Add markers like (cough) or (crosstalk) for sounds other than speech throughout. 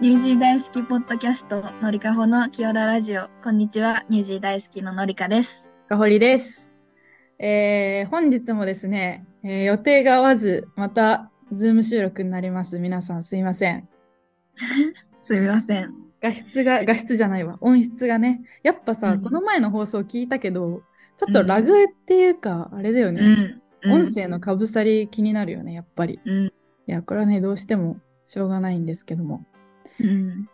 ニュージー大好きポッドキャストのりかほの清田ラジオ。こんにちは、ニュージー大好きののりかです。かほりです。えー本日もですね、えー予定が合わず、また、ズーム収録になります。皆さんすいません。すみません。画質が、画質じゃないわ。音質がね。やっぱさ、うんこの前の放送聞いたけど、ちょっとラグっていうか、あれだようね。ん。音声の。かぶさり気になるよね、やっぱり。うんいや、これはね、どうしてもしょうがないんですけども、うん。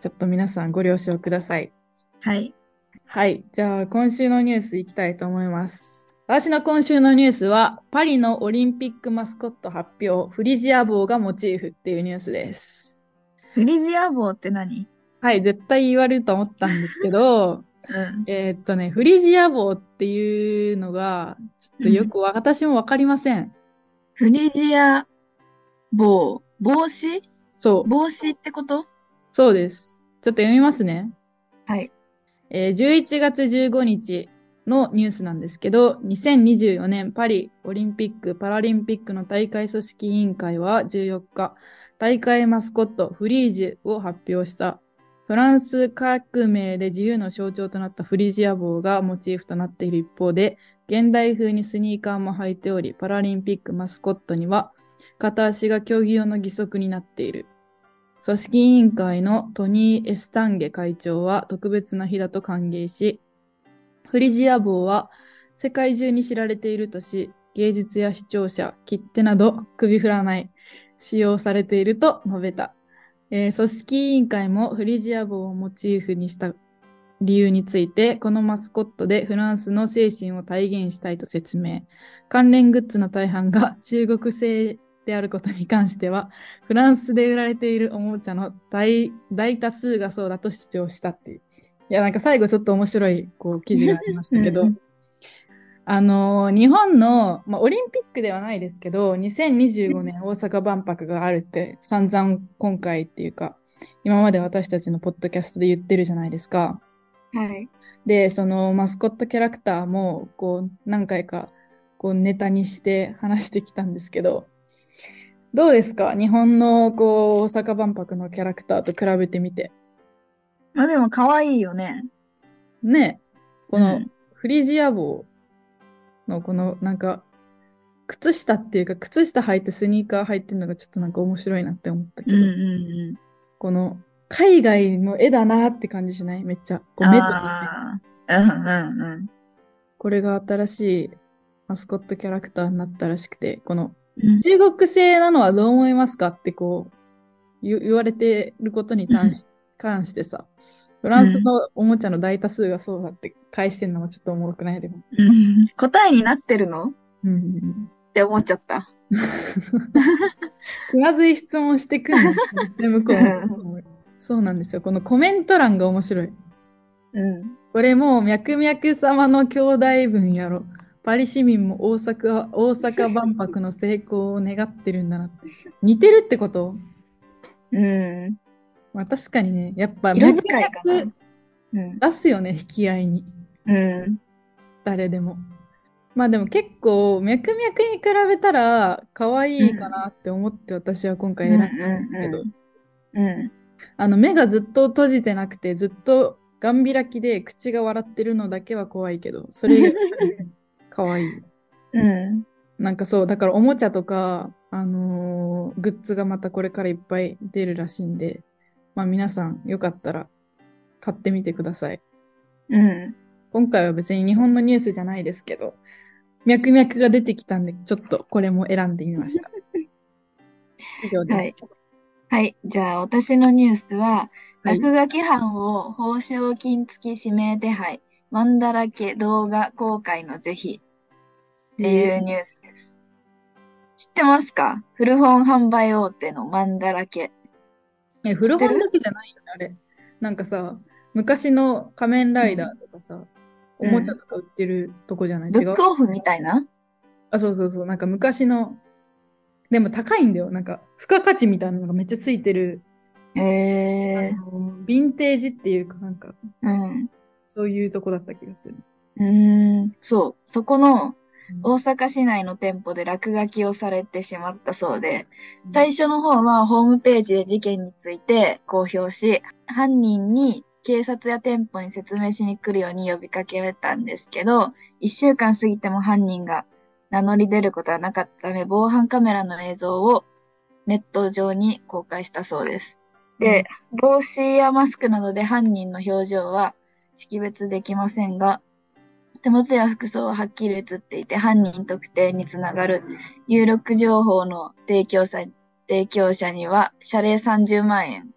ちょっと皆さんご了承ください。はい。はい。じゃあ、今週のニュースいきたいと思います。私の今週のニュースは、パリのオリンピックマスコット発表、フリジア帽がモチーフっていうニュースです。フリジア帽って何はい、絶対言われると思ったんですけど、 (laughs) うん。えーっとね、フリジア帽っていうのが、ちょっとよくわ、私もわかりません。フリジア帽。帽子そう、帽子ってことそうです。ちょっと読みますね。はい。えー11月15日のニュースなんですけど、2024年パリオリンピック・パラリンピックの大会組織委員会は14日、大会マスコットフリージュを発表した。フランス革命で自由の象徴となったフリージア帽がモチーフとなっている一方で、現代風にスニーカーも履いており、パラリンピックマスコットには片足が競技用の義足になっている。組織委員会のトニー・エスタンゲ会長は特別な日だと歓迎し、フリジア帽は世界中に知られているとし、芸術や視聴者、切手など首振らない、使用されていると述べた。えー組織委員会もフリジア帽をモチーフにした理由について、このマスコットでフランスの精神を体現したいと説明。関連グッズの大半が中国製であることに関しては、フランスで売られているおもちゃの大大多数がそうだと主張したっていう。いや、なんか最後ちょっと面白いこう記事がありましたけど、うんうんあのー日本の、まあ、オリンピックではないですけど、2025年大阪万博があるって散々今回っていうか、今まで私たちのポッドキャストで言ってるじゃないですか。はい。で、そのマスコットキャラクターも、こう、何回か、こう、ネタにして話してきたんですけど、どうですか日本の、こう、大阪万博のキャラクターと比べてみて。まあでも可愛いよね。ねえこの、うんフリジア帽の、この、なんか、靴下っていうか、靴下履いてスニーカー履いてるのがちょっとなんか面白いなって思ったけうんど、うんこの、海外の絵だなって感じしないめっちゃ。うこん。う、目とかねああ。うんうんうんこれが新しいマスコットキャラクターになったらしくて、このうん。中国製なのはどう思いますかってこう言言われてることに (laughs) 関し関してさ、フランスのおもちゃの大多数がそうだって返してるのはちょっとおもろくないでも。うん答えになってるのうん、って思っちゃった。気まずい質問してくん (laughs) の絶対向こうもそうなんですよ。このコメント欄が面白い。うん。これもう脈々様の兄弟分やろ。パリ市民も大阪は大阪万博の成功を願ってるんだなって。似てるってことうん。まあ確かにね、やっぱ色使いかな脈々。うん。出すよね、引き合いに。うん。誰でも。まあでも結構、脈々に比べたら可愛いかなって思って私は今回選んだんですけど、うん。あの目がずっと閉じてなくて、ずっとガン開きで口が笑ってるのだけは怖いけど、それ以外可 (laughs) 愛い。うん。なんかそう、だからおもちゃとか、あのーグッズがまたこれからいっぱい出るらしいんで、まあ皆さんよかったら買ってみてください。うん。今回は別に日本のニュースじゃないですけど、脈々が出てきたんで、ちょっとこれも選んでみました。以上です。はいはい。じゃあ、私のニュースは、はい落書き犯を報奨金付き指名手配、マンダラケ動画公開の是非っていうニュースです。知ってますか古本販売大手のマンダラケ。え、古本だけじゃないよね、あれ。なんかさ、昔の仮面ライダーとかさ、うんおもちゃとか売ってるとこじゃない、ブ違うックオフみたいなあ、そうそうそう。なんか昔の、でも高いんだよ。なんか、付加価値みたいなのがめっちゃついてる。へえあのヴィンテージっていうか、なんか、うん。そういうとこだった気がする。うーん、そう。そこの、大阪市内の店舗で落書きをされてしまったそうで、最初の方はホームページで事件について公表し、犯人に警察や店舗に説明しに来るように呼びかけたんですけど、一週間過ぎても犯人が名乗り出ることはなかったため、防犯カメラの映像をネット上に公開したそうです。で、帽子やマスクなどで犯人の表情は識別できませんが、手元や服装ははっきり写っていて、犯人特定につながる有力情報の提供者提供者には謝礼30万円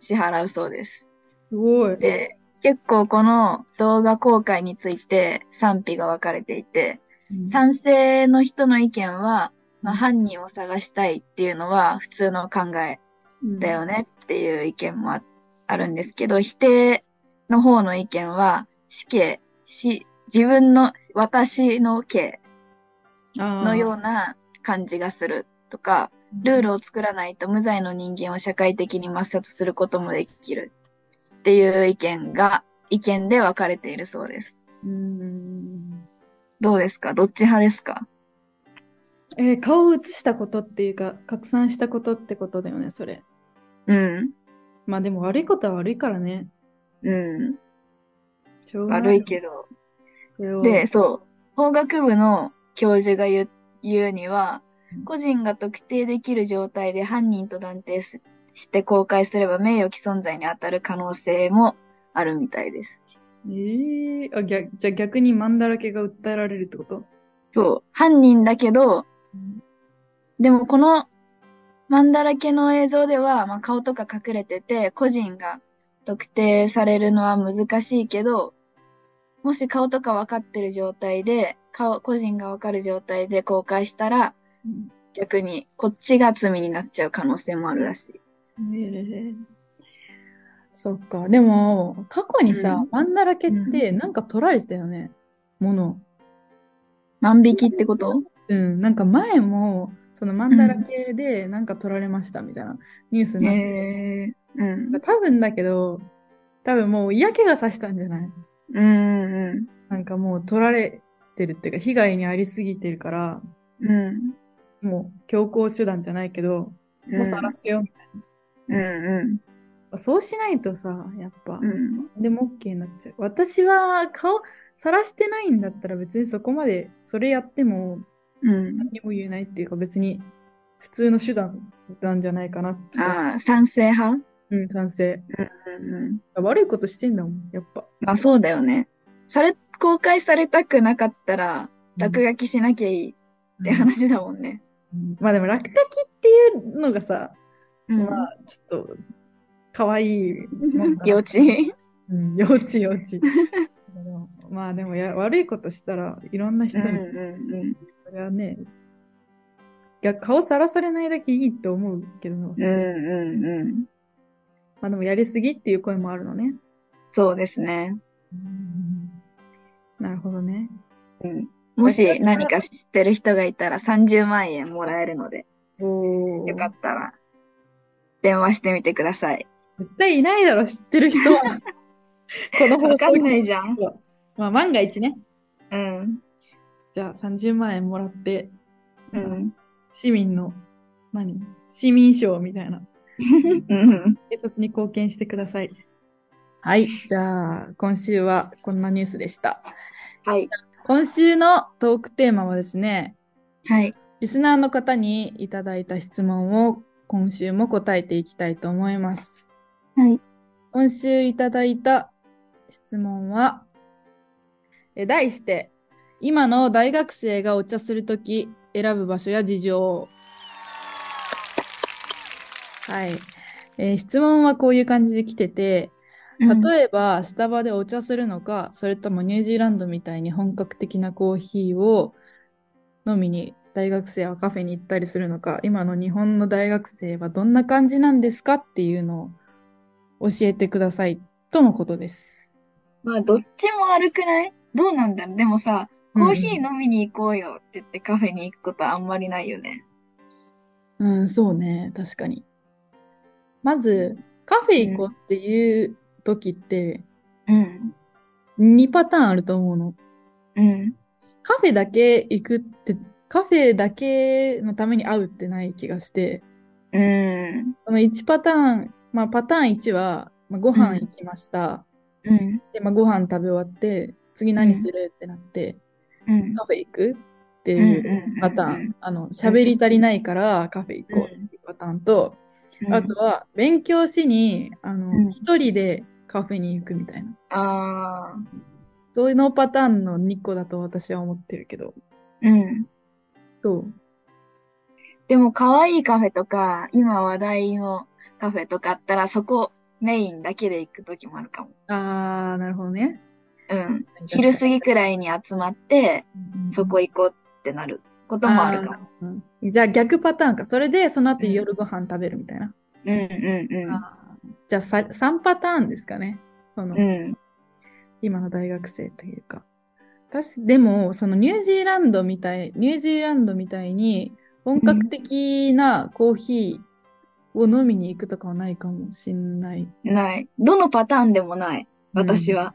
支払うそうです。すごい。で、結構この動画公開について賛否が分かれていて、うん賛成の人の意見は、まあ、犯人を探したいっていうのは普通の考えだよねっていう意見もああるんですけど、否定の方の意見は、死刑、死、自分の、私の刑ののような感じがするとか、ルールを作らないと無罪の人間を社会的に抹殺することもできるっていう意見が、意見で分かれているそうです。うんどうですかどっち派ですかえー顔を映したことっていうか、拡散したことってことだよね、それ。うん。まあでも悪いことは悪いからね。うん。しょうがな悪いよけど。それはで、そう。法学部の教授が言う言うには、個人が特定できる状態で犯人と断定すして公開すれば名誉毀損罪に当たる可能性もあるみたいです。えーあ逆じゃあ逆にマンだらけが訴えられるってことそう。犯人だけど、でもこのマンダラ系の映像では、まあ、顔とか隠れてて、個人が特定されるのは難しいけど、もし顔とか分かってる状態で、顔、個人が分かる状態で公開したら、逆にこっちが罪になっちゃう可能性もあるらしい。えーそっか。でも、過去にさう、マンだらけってなんか取られてたよね。もの。万引きってことうん、なんか前も、そのマンダラ系でなんか取られましたみたいなニュースになって、へえ。うん。多分だけど、多分もう嫌気がさしたんじゃないうんうなんかもう取られてるっていうか、被害に遭りすぎてるから、ん。うん。もう強行手段じゃないけど、もう晒すよ。うんうそうしないとさ、やっぱん。う、ん。でも OK になっちゃう。私は顔、晒してないんだったら別にそこまで、それやってもうん。何も言えないっていうか、別に普通の手段なんじゃないかなって。ああ、賛成派うん、賛成。うんうん。悪いことしてんだもん、やっぱ。まあそうだよね。され、公開されたくなかったら、落書きしなきゃいいって話だもんね。うんまあでも落書きっていうのがさ、うん。まあちょっと、かわいいもんだな。幼稚園。うん、幼稚幼稚。 (laughs) でもまあでもや、悪いことしたらいろんな人うんに、うんうん。それはね、いや、顔さらされないだけいいと思うけど、うんうんうん。まあでもやりすぎっていう声もあるのね。そうですね。なるほどね。うん。もし何か知ってる人がいたら30万円もらえるので、およかったら電話してみてください。絶対いないだろ、知って (laughs) る人は。この放わ送かんないじゃん。まあ万が一ね。うん。じゃあ30万円もらって、うん。市民の、何市民賞みたいな。うん。警察に貢献してください。はい。じゃあ、今週はこんなニュースでした。はい。今週のトークテーマはですね、はい。リスナーの方にいただいた質問を今週も答えていきたいと思います。はい。今週いただいた質問は、え題して、今の大学生がお茶するとき選ぶ場所や事情。はい、えー質問はこういう感じで来てて、え例えば、スタバでお茶するのか、それともニュージーランドみたいに本格的なコーヒーを飲みに大学生はカフェに行ったりするのか、今の日本の大学生はどんな感じなんですかっていうのを教えてくださいとのことです。まあどっちも悪くないどうなんだろうでもさ、コーヒーの飲みに行こうよって言ってカフェに行くことはあんまりないよね。うん、そうね、確かに。まず、カフェ行こうっていう時ってうん。 2パターンあると思うの。うん。カフェェだけ行くって、カフェだけのために会うってない気がして、うん。この1パターン、まあパターン1は、まあ、ご飯行きました。うん。で、まあご飯食べ終わって、次何するってなって、うん。カフェ行くってうん。いううん。パターン。あの、喋り足りないからカフェ行こうっていうパターンと、うん。あとは勉強しに、あうの、ん一人でカフェに行くみたいな。ああ。そういうのパターンの2個だと私は思ってるけど。うん。どうでも、可愛いカフェとか、今話題のカフェとかあったら、そこメインだけで行くときもあるかも。あー、なるほどね。うん。昼過ぎくらいに集まって、ぎそこ行こうってなることもあるかも。じゃあ逆パターンか。それで、その後夜ご飯食べるみたいな。うんうんうん。あーじゃあさ3パターンですかね。その、うん。今の大学生というか。私、でも、そのニュージーランドみたい、ニュージーランドみたいに、本格的なコーヒーを飲みに行くとかはないかもしんない。ない。どのパターンでもない。私は。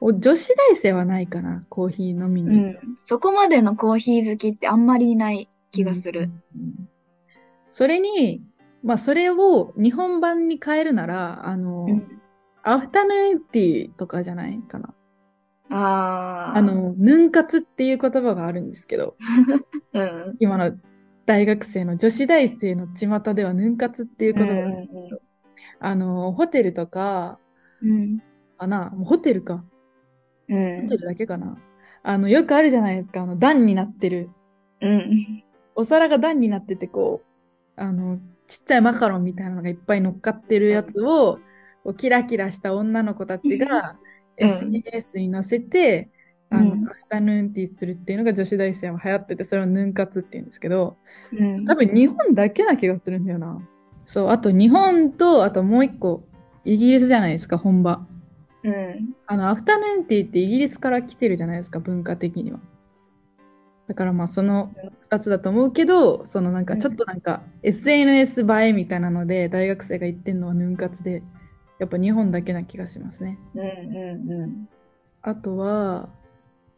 お女子大生はないかな、コーヒー飲みうに。ん。そこまでのコーヒー好きってあんまりいない気がする。うん。それに、まあ、それを日本版に変えるなら、あの、うん。アフタヌーンティーとかじゃないかな。ああ。あ、の、ヌン活っていう言葉があるんですけど、うん。今の大学生の女子大生の巷ではヌン活っていう言葉があるんですけど、あの、ホテルとか、うん。かな、もうホテルか、うんホテ。ルだけかな。あの、よくあるじゃないですか、あの、段になってる。うん。お皿が段になってて、こう、あの、ちっちゃいマカロンみたいなのがいっぱい乗っかってるやつを、こうキラキラした女の子たちが、うん SNS に載せて、あの、うんアフタヌーンティーするっていうのが女子大生は流行ってて、それをヌン活っていうんですけど、うん。多分日本だけな気がするんだよな。そう、あと日本と、あともう一個、イギリスじゃないですか、本場。うん。あの、アフタヌーンティーってイギリスから来てるじゃないですか、文化的には。だからまあ、その2つだと思うけど、そのなんか、うんちょっとなんか、SNS 映えみたいなので、大学生が言ってんのはヌン活で、やっぱ日本だけな気がしますね。うん。うん。うん。あとは、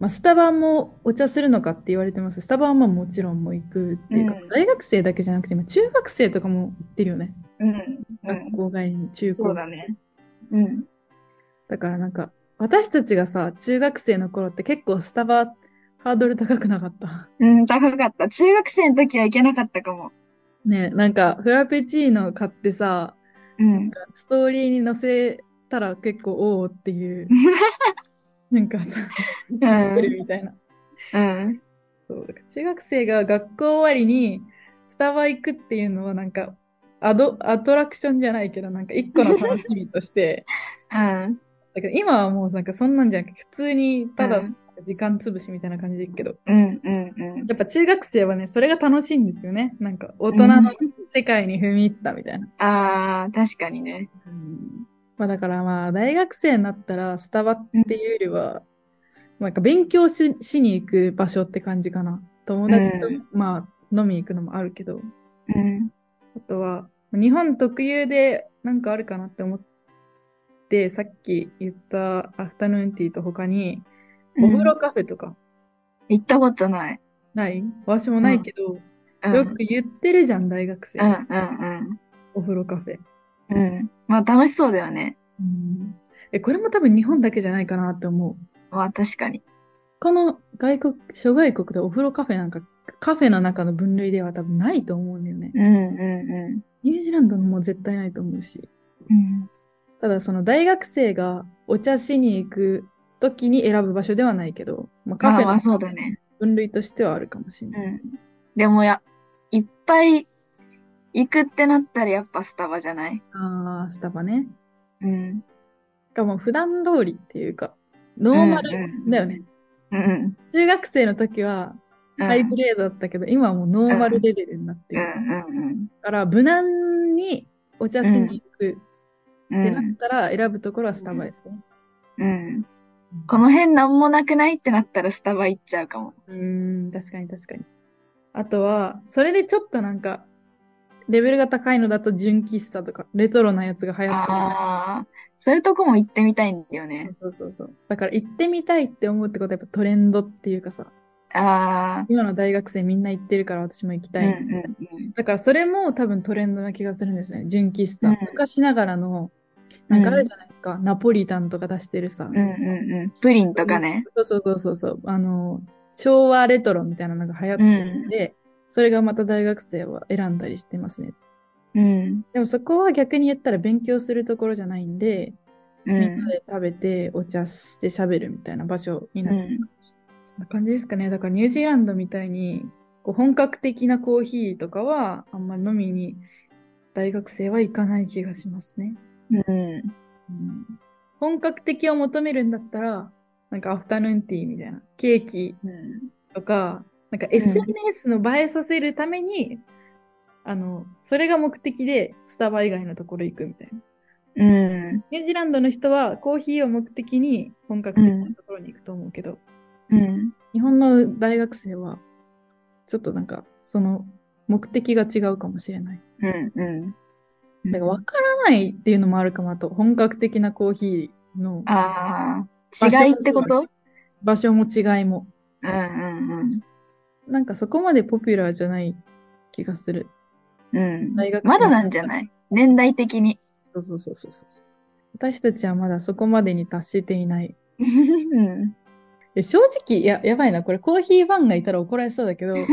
まあ、スタバもお茶するのかって言われてます。スタバはまあもちろんもう行くっていうか、うん大学生だけじゃなくて、今中学生とかも行ってるよね。うん。うん学。校外に、中そ高うだね。うん。だからなんか、私たちがさ、中学生の頃って結構スタバハードル高くなかった。 (laughs) うん、高かった。中学生の時は行けなかったかも。ねえなんかフラペチーノ買ってさ、うん。ストーリーに載せたら結構おおっていう、 (laughs) なんかさ、 (laughs) ん生きてるみたいな。うん。そう、だから中学生が学校終わりにスタバ行くっていうのはなんか、アド、アトラクションじゃないけど、なんか一個の楽しみとして、 (laughs) うん。だけど今はもうなんかそんなんじゃなくて、普通にただうん時間潰しみたいな感じで行くけど、うん。うん。やっぱ中学生はね、それが楽しいんですよね。なんか大人の世界に踏み入ったみたいな。うん。ああ、確かにね。まあだからまあ大学生になったらスタバっていうよりは、なんか勉強ししに行く場所って感じかな。友達と、うまあ飲みに行くのもあるけど、うん。あとは日本特有でなんかあるかなって思って、さっき言ったアフタヌーンティーと他に、お風呂カフェとか、行ったことない。ない私もないけど、うん。よく言ってるじゃん、大学生。うんうんお風呂カフェ。うん。うん。まあ楽しそうだよね。うんえ、これも多分日本だけじゃないかなって思う。まあ確かに。この外国、諸外国でお風呂カフェなんか、カフェの中の分類では多分ないと思うんだよね。うんうニュージーランドのも絶対ないと思うし。んうん。ただその大学生がお茶しに行く時に選ぶ場所ではないけど、まあ、カまフあェまあのそうだね。分類としてはあるかもしれうない。ん。でもや、いっぱい行くってなったらやっぱスタバじゃないああ、スタバね。うん。がもう普段通りっていうか、ノーマうんうんルだよね。うん中学生の時はうん。ハイグレードだったけど、今はもうノーマルレベルになってうんる。うんだから無難にお茶しに行くうん。ってうなっん。たら選ぶところはスタバですね。うん。この辺なんもなくないってなったらスタバ行っちゃうかも。うーん、確かに確かに。あとは、それでちょっとなんか、レベルが高いのだと純喫茶とか、レトロなやつが流行ってる。ああ、そういうとこも行ってみたいんだよね。そうそうそう。だから行ってみたいって思うってことはやっぱトレンドっていうかさ、あ今の大学生みんな行ってるから私も行きあ、たうんい。うんだからそれも多分トレンドな気がするんですね。純喫茶。うん昔ながらの、なんかあるじゃないですか。ナポリタンとか出してるさうん。。うんうんうん。プリンとかね。そうそうそうそうそう。あの、昭和レトロみたいなのが流行ってるんで、それがまた大学生は選んだりしてますね。うん。でもそこは逆に言ったら勉強するところじゃないんで、う。みんなんで食べてお茶して喋るみたいな場所にうなって、ん。そんな感じですかね。だからニュージーランドみたいに、こう本格的なコーヒーとかは、あんまり飲みに大学生は行かない気がしますね。うん。うん本格的を求めるんだったら、なんかアフタヌーンティーみたいな、ケーキうんとか、なんかん SNS の映えさせるために、あの、それが目的でスタバ以外のところ行くみたいな。うん。ニュージーランドの人はコーヒーを目的に本格的なところに行くと思うけど、うん。日本の大学生は、ちょっとなんか、その目的が違うかもしれない。うん。うん。だから分からないっていうのもあるかも、あと、本格的なコーヒーのああ、違いってこと場所も違いも。うんうんなんかそこまでポピュラーじゃない気がする。うん。うん。大学生まだなんじゃない年代的に。そうそうそうそうそう。私たちはまだそこまでに達していない。うん。え正直、や、やばいな。これコーヒーファンがいたら怒られそうだ (laughs) けど、う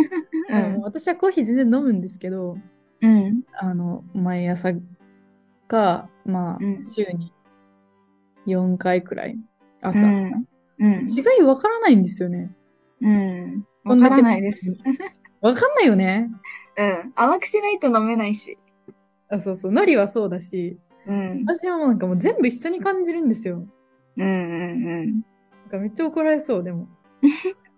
あのん。私はコーヒー全然飲むんですけど、うん。あの、毎朝か、まあう、ん週に4回くらい、う朝。ん。うん。違いわからないんですよね。うん。こわんだかけらないです。わかんないよね。うん。甘くしないと飲めないし。あ、そうそう。ノリはそうだし、うん。私はもうなんかもう全部一緒に感じるんですよ。うんうんうん。なんかめっちゃ怒られそう、でも。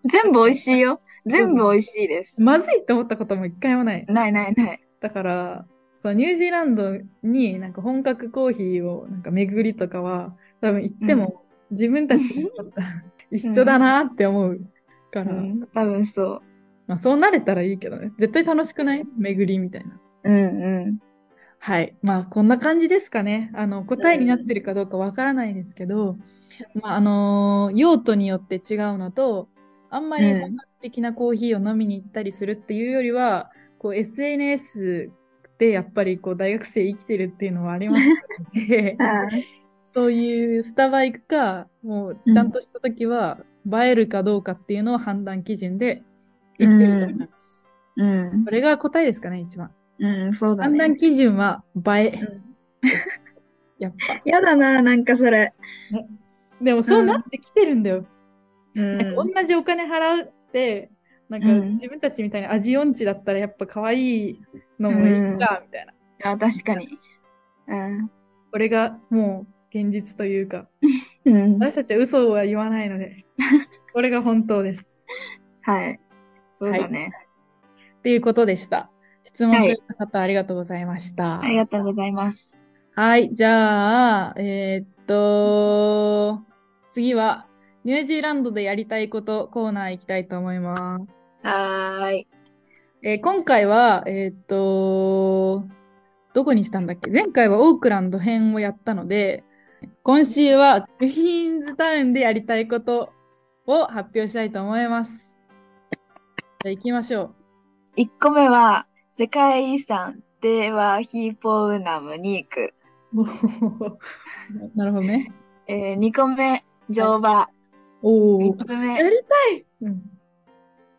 全部美味しいよ。全部美味しいです。まずいって思ったことも一回もない。ないないない。だから、そう、ニュージーランドになんか本格コーヒーをなんか巡りとかは、多分行っても自分たちに (laughs) とったら一緒だなって思うかうら、ん。多分そう。まあそうなれたらいいけどね。絶対楽しくない巡りみたいな。うんうん。はい。まあこんな感じですかね。あの、答えになってるかどうかわからないですけど、まああのー用途によって違うのと、あんまりうん、本格的なコーヒーを飲みに行ったりするっていうよりは、こう SNS でやっぱりこう大学生生きてるっていうのはありますので (laughs) はいそういうスタバ行くか、もうちゃんとした時は映えるかどうかっていうのを判断基準で行ってると思います。うん。これが答えですかね、一番。うん、そうだ判ね。断基準は映え。ん (laughs) やっぱ。やだな、なんかそれ。でもそうなってきてるんだよ。うなんかん。同じお金払って、なんかうん自分たちみたいに味音痴だったらやっぱ可愛いのもいいか、みたいな。あ、確かに。うん。これがもう現実というか、うん。私たちは嘘は言わない (laughs) ので、これが本当です。はい。そうだね。っていうことでした。質問はくいれた方ありがとうございました。ありがとうございます。はい、じゃあ、えーっと、次は、ニュージーランドでやりたいことコーナー行きたいと思います。はーい。えー今回は、えーっと、どこにしたんだっけ前回はオークランド編をやったので、今週はクイーンズタウンでやりたいことを発表したいと思います。じゃあ行きましょう。 1個目は、世界遺産、デーワヒーポウナムニーク。 (laughs) なるほどね。えー、2個目、乗馬。おー3つや目、りたい、うん、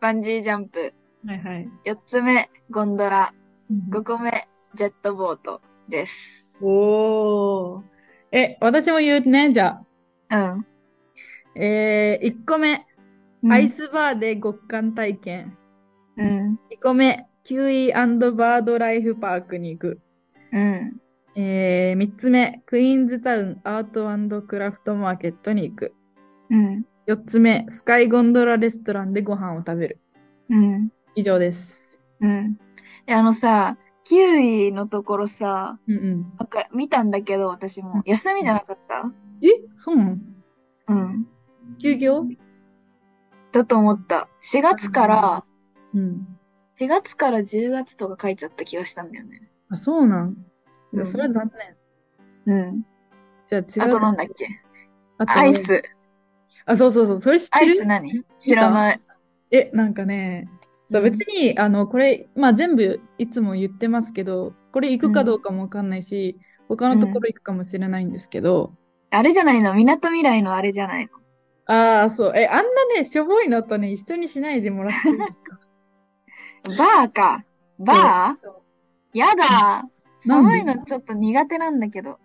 バンジージャンプ。はいはい。 4つ目、ゴンドラ。5個目、ジェットボートです。おお。え、私も言うね、じゃあ。うん。えー、1個目、アイスバーで極寒体験。うん。 2個目、キウイバードライフパークに行く。うん。えー、3つ目、クイーンズタウンアートクラフトマーケットに行く。うん。 4つ目、スカイゴンドラレストランでご飯を食べる。うん。以上です。うん。いや、あのさ、キウイのところさ、うんうん。なんか見たんだけど、私も。休みじゃなかっえ、そうなのたうん。休業だと思った。4月から、うん。 4月から10月とか書いちゃった気がしたんだよね。あ、そうなん。いうやんそれは残念。うん。じゃああ違う。となんだっけあとアイス。あ、そうそうそう。それ知っアてイるス何知らない。え、なんかね、そう、うん別に、あの、これ、まあ全部いつも言ってますけど、これ行くかうんどうかもわかんないし、他のところ行くかもしれないんですけど、あれじゃないの港未来のあれじゃないのああ、そう、え、あんなね、しょぼいのとね、一緒にしないでもらっていいですか (laughs) バーか。バーやだ寒いのちょっと苦手なんだけど。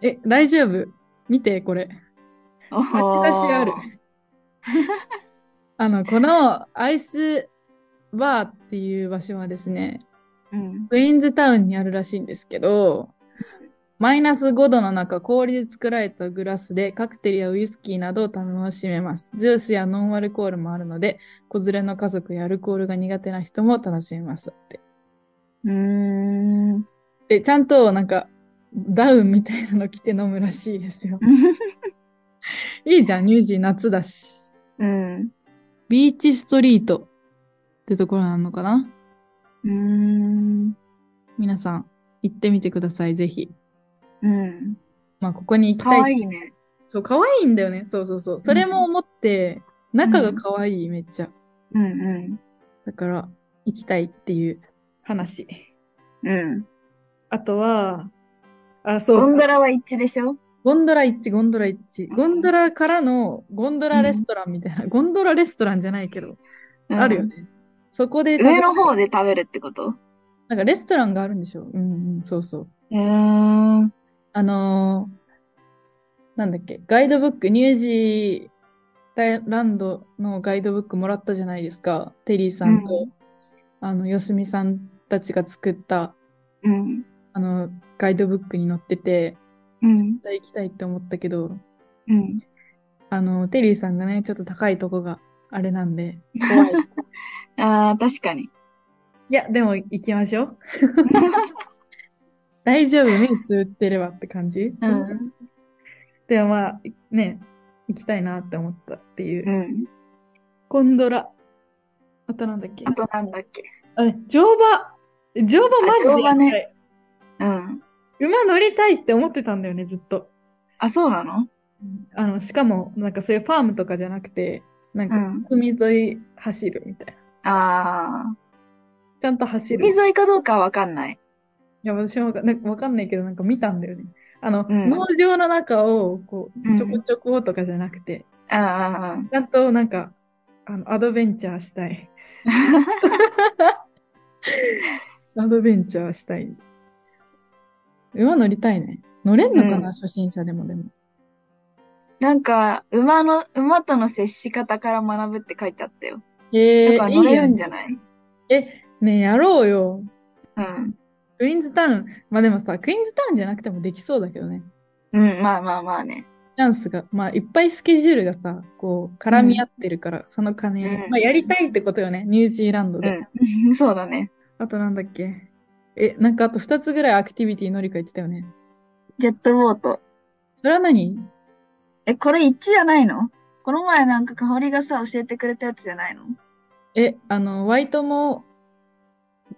え、大丈夫。見て、これ。おお端々ある。 (laughs) あの、このアイスバーっていう場所はですね、うん。クイーンズタウンにあるらしいんですけど、マイナス5度の中、氷で作られたグラスでカクテルやウイスキーなどを楽しめます。ジュースやノンアルコールもあるので、子連れの家族やアルコールが苦手な人も楽しめますって。うーん。で、ちゃんとなんか、ダウンみたいなの着て飲むらしいですよ。いいじゃん、ニュージー夏だし。うん。ビーチストリートってところなのかなうーん。皆さん、行ってみてください、ぜひ。うん。まあ、ここに行きかたいわいいね。そう、可愛いんだよね。そうそうそう。それも思って、中が可愛い、めっちゃ。うんうだから、行きたいっていう話。ん。うん。あとは、あ、そう。ゴンドラは一致でしょゴンドラ一致、ゴンドラ一致。ゴンドラからのゴンドラレストランみたいな。ゴンドラレストランじゃないけど、あるよ。ね。そこでう食んべ上の方で食べるってことなんかレストランがあるんでしょ。うんうん、そうそう。うーん。あのーなんだっけ、ガイドブック、ニュージーランドのガイドブックもらったじゃないですか、テリーさんと、うあの、よしみさんたちが作った、うん。あの、ガイドブックに載ってて、うん。絶対行きたいって思ったけど、うん。あの、テリーさんがね、ちょっと高いとこがあれなんで、怖 (laughs) い。ああ、確かに。いや、でも行きまし (laughs) ょう。大丈夫、目つぶってればって感じ。うん。でもまあ、ね、行きたいなって思ったっていう。うん。ゴンドラ。あとなんだっけあとなんだっけ。あ乗馬。乗馬マジであ乗馬行きねたいうん。馬乗りたいって思ってたんだよね、ずっと。あ、そうなのあの、しかも、なんかそういうファームとかじゃなくて、なんうか、ん。海沿い走るみたいな。ああ。ちゃんと走る。海い沿いかどうかはわかんない。や、私もわかなんかわかんないけど、なんか見たんだよね。あの、うん農場の中を、こうう、んちょこちょことかじゃなくて、ああ。ちゃんとなんか、あの、アドベンチャーし (laughs) たい。アドベンチャーしたい。馬乗りたいね。乗れんのかな、うん初心者でもでも。なんか、馬の、馬との接し方から学ぶって書いてあったよ。えだから乗れるんねじゃないえ、ねえ、やろうよ。うん。クイーンズタウン。まあでもさ、クイーンズタウンじゃなくてもできそうだけどね。うん、まあまあまあね。チャンスが、まあいっぱいスケジュールがさ、こう、絡み合ってるから、その金、うんまあやりたいってことよね、ニュージーランドで。うん。 (laughs) そうだね。あとなんだっけ。え、なんかあと2つぐらいアクティビティ乗り換えてたよね。ジェットボート。それは何え、これ一致じゃないのこの前なんか香りがさ、教えてくれたやつじゃないのえ、あの、ワイトモ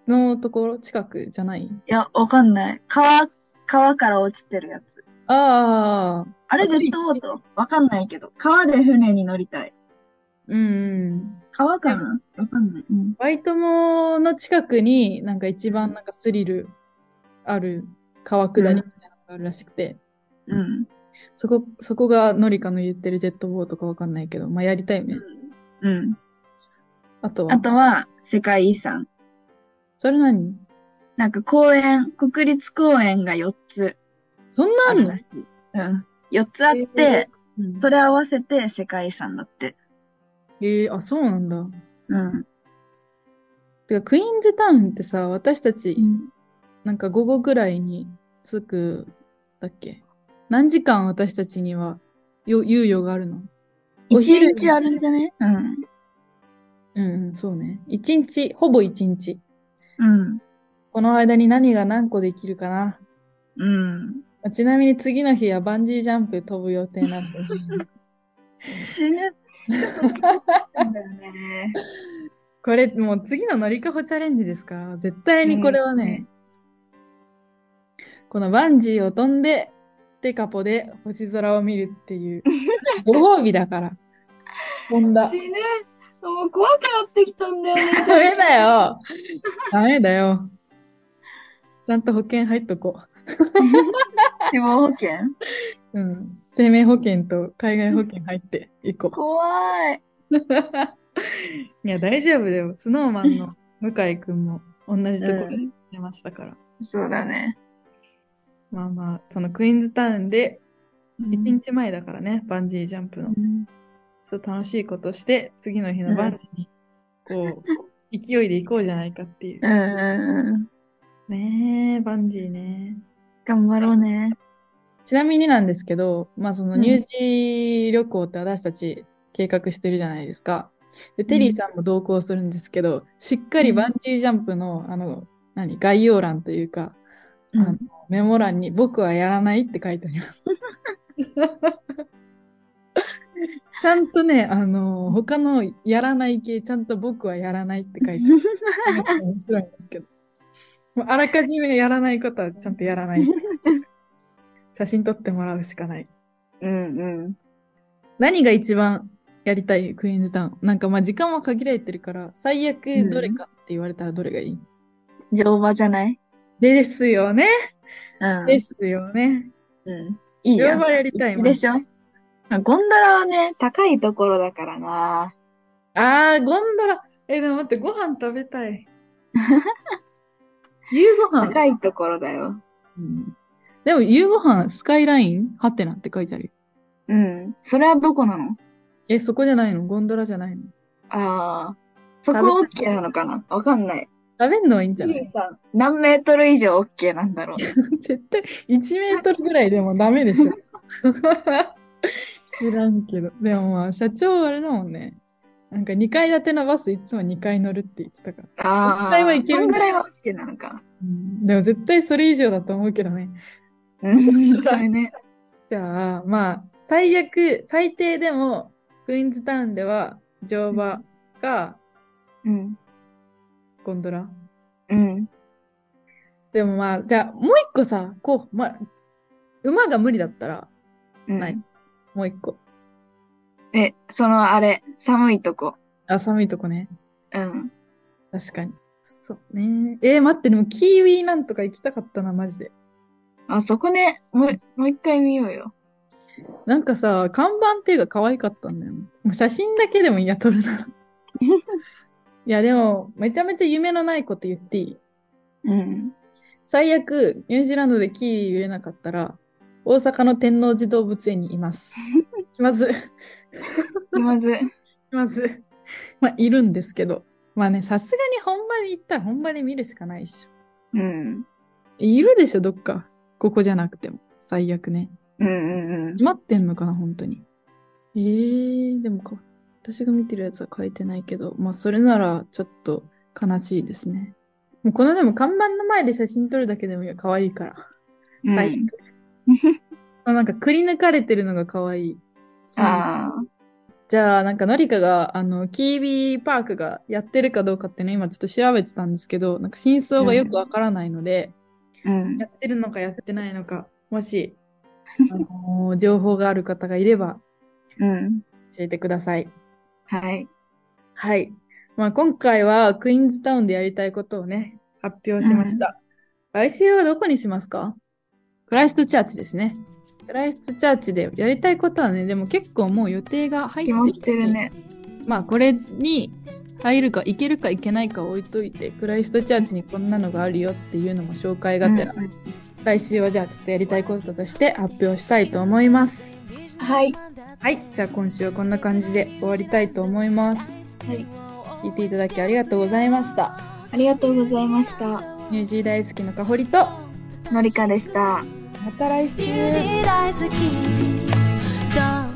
のところ近くじゃないいや、わかんない。川、川から落ちてるやつ。ああ、あれあジェットボートわかんないけど。川で船に乗りたい。うんうん。川かなわかんない。うん。ワイトモの近くに、なんか一番なんかスリルある川下りみたいなのがあるらしくて、うん。そこ、そこがノリカの言ってるジェットボートかわかんないけど、まあやりたいよね。うん。あとは、あとは、世界遺産。それ何なんか公園、国立公園が4つそんなあんるのらしい。うん。4つあっへて、うんそれ合わせて世界遺産だって。えー、あ、そうなんだ。うん。てか、クイーンズタウンってさ、私たち、なんか午後ぐらいに着く、だっけ何時間私たちには、よ、猶予があるのお一昼日あるんじゃねうん。うんうん、そうね。一日、ほぼ一日。うん。この間に何が何個できるかな。うん。まあちなみに次の日はバンジージャンプ飛ぶ予定なんで。死ぬ。ちょっと疲れたんだよね。これ、もう次の乗りかほチャレンジですから、絶対にこれはね、このバンジーを飛んで、テカポで星空を見るっていう、ご褒美だから。飛んだ。死ぬ。もう怖くなってきたんだよね。ダメだよ。ダメだよ。ちゃんと保険入っとこ (laughs) 死亡保険う。うん。生命保険と海外保険入っていこ怖い。う。いや、大丈夫だよ。スノーマンの向井くんも同じところで出ましたから。そうだね。まあまあ、そのクイーンズタウンで1日前だからね、バンジージャンプの。そう楽しいことして、次の日の晩に、こう、勢いで行こうじゃないかっていううん。うんうん。ねえ、バンジーね。頑張ろうね。ちなみになんですけど、まあそのうんニュージー旅行って私たち計画してるじゃないですか。で、テリーさんも同行するんですけど、しっかりバンジージャンプの、あの、何、概要欄というか、うあのメモ欄に僕はやらないって書いてあります。 (laughs) ちゃんとね、あの、他のやらない系、ちゃんと僕はやらないって書いてある。面白いんですけど。もうあらかじめやらないことはちゃんとやらない。写真撮ってもらうしかない。うんうん。何が一番やりたいクイーンズタウンなんかまあ時間は限られてるから、最悪どれかって言われたらどれがいい、乗馬じゃないですよね。うん。ですよね。うん。いい乗やん。馬やりたい行きでしょあまゴンドラはね、高いところだからな。あー、ゴンドラ。え、でも待って、ご飯食べたい。 (laughs) 夕ご飯、高いところだよ。うんでも夕ご飯、スカイラインハテナって書いてあるよ。うん。それはどこなのえ、そこじゃないのゴンドラじゃないのああ。そこ OK なのかなわかんない。食べるのはいいんじゃないヒデさん何メートル以上 OK なんだろう。 (laughs) 絶対1メートルぐらいでもダメでしょ。 (laughs) 知らんけど。でもまあ、社長あれだもんね。なんか2階建てのバスいつも2階乗るって言ってたから。ああ。絶対はいけるそんぐらいは OK なの (laughs) か。うん、でも絶対それ以上だと思うけどね。うん。それね。じゃあ、まあ、最悪、最低でも、クイーンズタウンでは乗馬かうん。ゴンドラ。うん。でもまあ、じゃあ、もう一個さ、こう、まあ、馬が無理だったら、うんない。もう一個。え、そのあれ、寒いとこ。あ、寒いとこね。うん。確かに。そうね。えー待って、でもキーウィなんとか行きたかったな、マジで。あそこね、もう、もう一回見ようよ。なんかさ、看板っていうか可愛かったんだよね。もう写真だけでもいいや、撮るなら。いや、でも、めちゃめちゃ夢のないこと言っていい。うん。最悪、ニュージーランドでキーウィ揺れなかったら、大阪の天王寺動物園にいます。気まず、気まずい。気まず。まあ、いるんですけど。まあね、さすがに本場に行ったら本場で見るしかないっしょ。うん。いるでしょ、どっか。ここじゃなくても。最悪ね。うんうんうん。決まってんのかな、本当に。えー、でもか、私が見てるやつは書いてないけど、まあ、それならちょっと悲しいですね。もうこのでも看板の前で写真撮るだけでもいい可愛いから。うん (laughs) 最悪。あなんかくり抜かれてるのが可愛い。ああ。じゃあ、なんか、のりかが、あの、キービーパークがやってるかどうかっていうのを今ちょっと調べてたんですけど、なんか真相がよくわからないので、うん。やってるのかやってないのか、も (laughs) し、あのー情報がある方がいればうん。教えてください。はい。はい。まあ、今回はクイーンズタウンでやりたいことをね、発表しました。来週はどこにしますかクライストチャーチですね。クライストチャーチでやりたいことはね、でも結構もう予定が入って決まってるるね。まあ、これに入るか、行けるか行けないか置いといて、クライストチャーチにこんなのがあるよっていうのも紹介がてら、うん来週はじゃあちょっとやりたいこととして発表したいと思います。はい。はい、じゃあ今週はこんな感じで終わりたいと思います。はい。聞いていただきありがとうございました。ありがとうございました。ニュージー大好きのかほりと、まのりかでした。た来週。大好き。